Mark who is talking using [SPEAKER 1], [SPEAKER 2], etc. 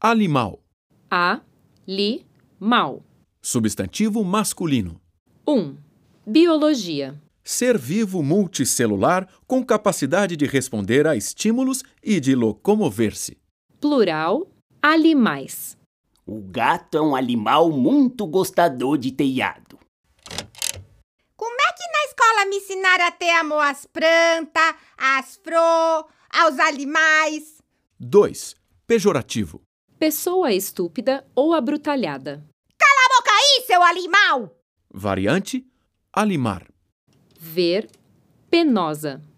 [SPEAKER 1] Animal.
[SPEAKER 2] A. Li. Mal.
[SPEAKER 1] Substantivo masculino.
[SPEAKER 2] 1. Biologia.
[SPEAKER 1] Ser vivo multicelular com capacidade de responder a estímulos e de locomover-se.
[SPEAKER 2] Plural. Animais.
[SPEAKER 3] O gato é um animal muito gostador de telhado.
[SPEAKER 4] Como é que na escola me ensinaram a ter amor às plantas, às flores, aos animais?
[SPEAKER 1] 2. Pejorativo.
[SPEAKER 2] Pessoa estúpida ou abrutalhada.
[SPEAKER 4] Boca aí, seu é animal!
[SPEAKER 1] Variante: alimar.
[SPEAKER 2] Ver. Penosa.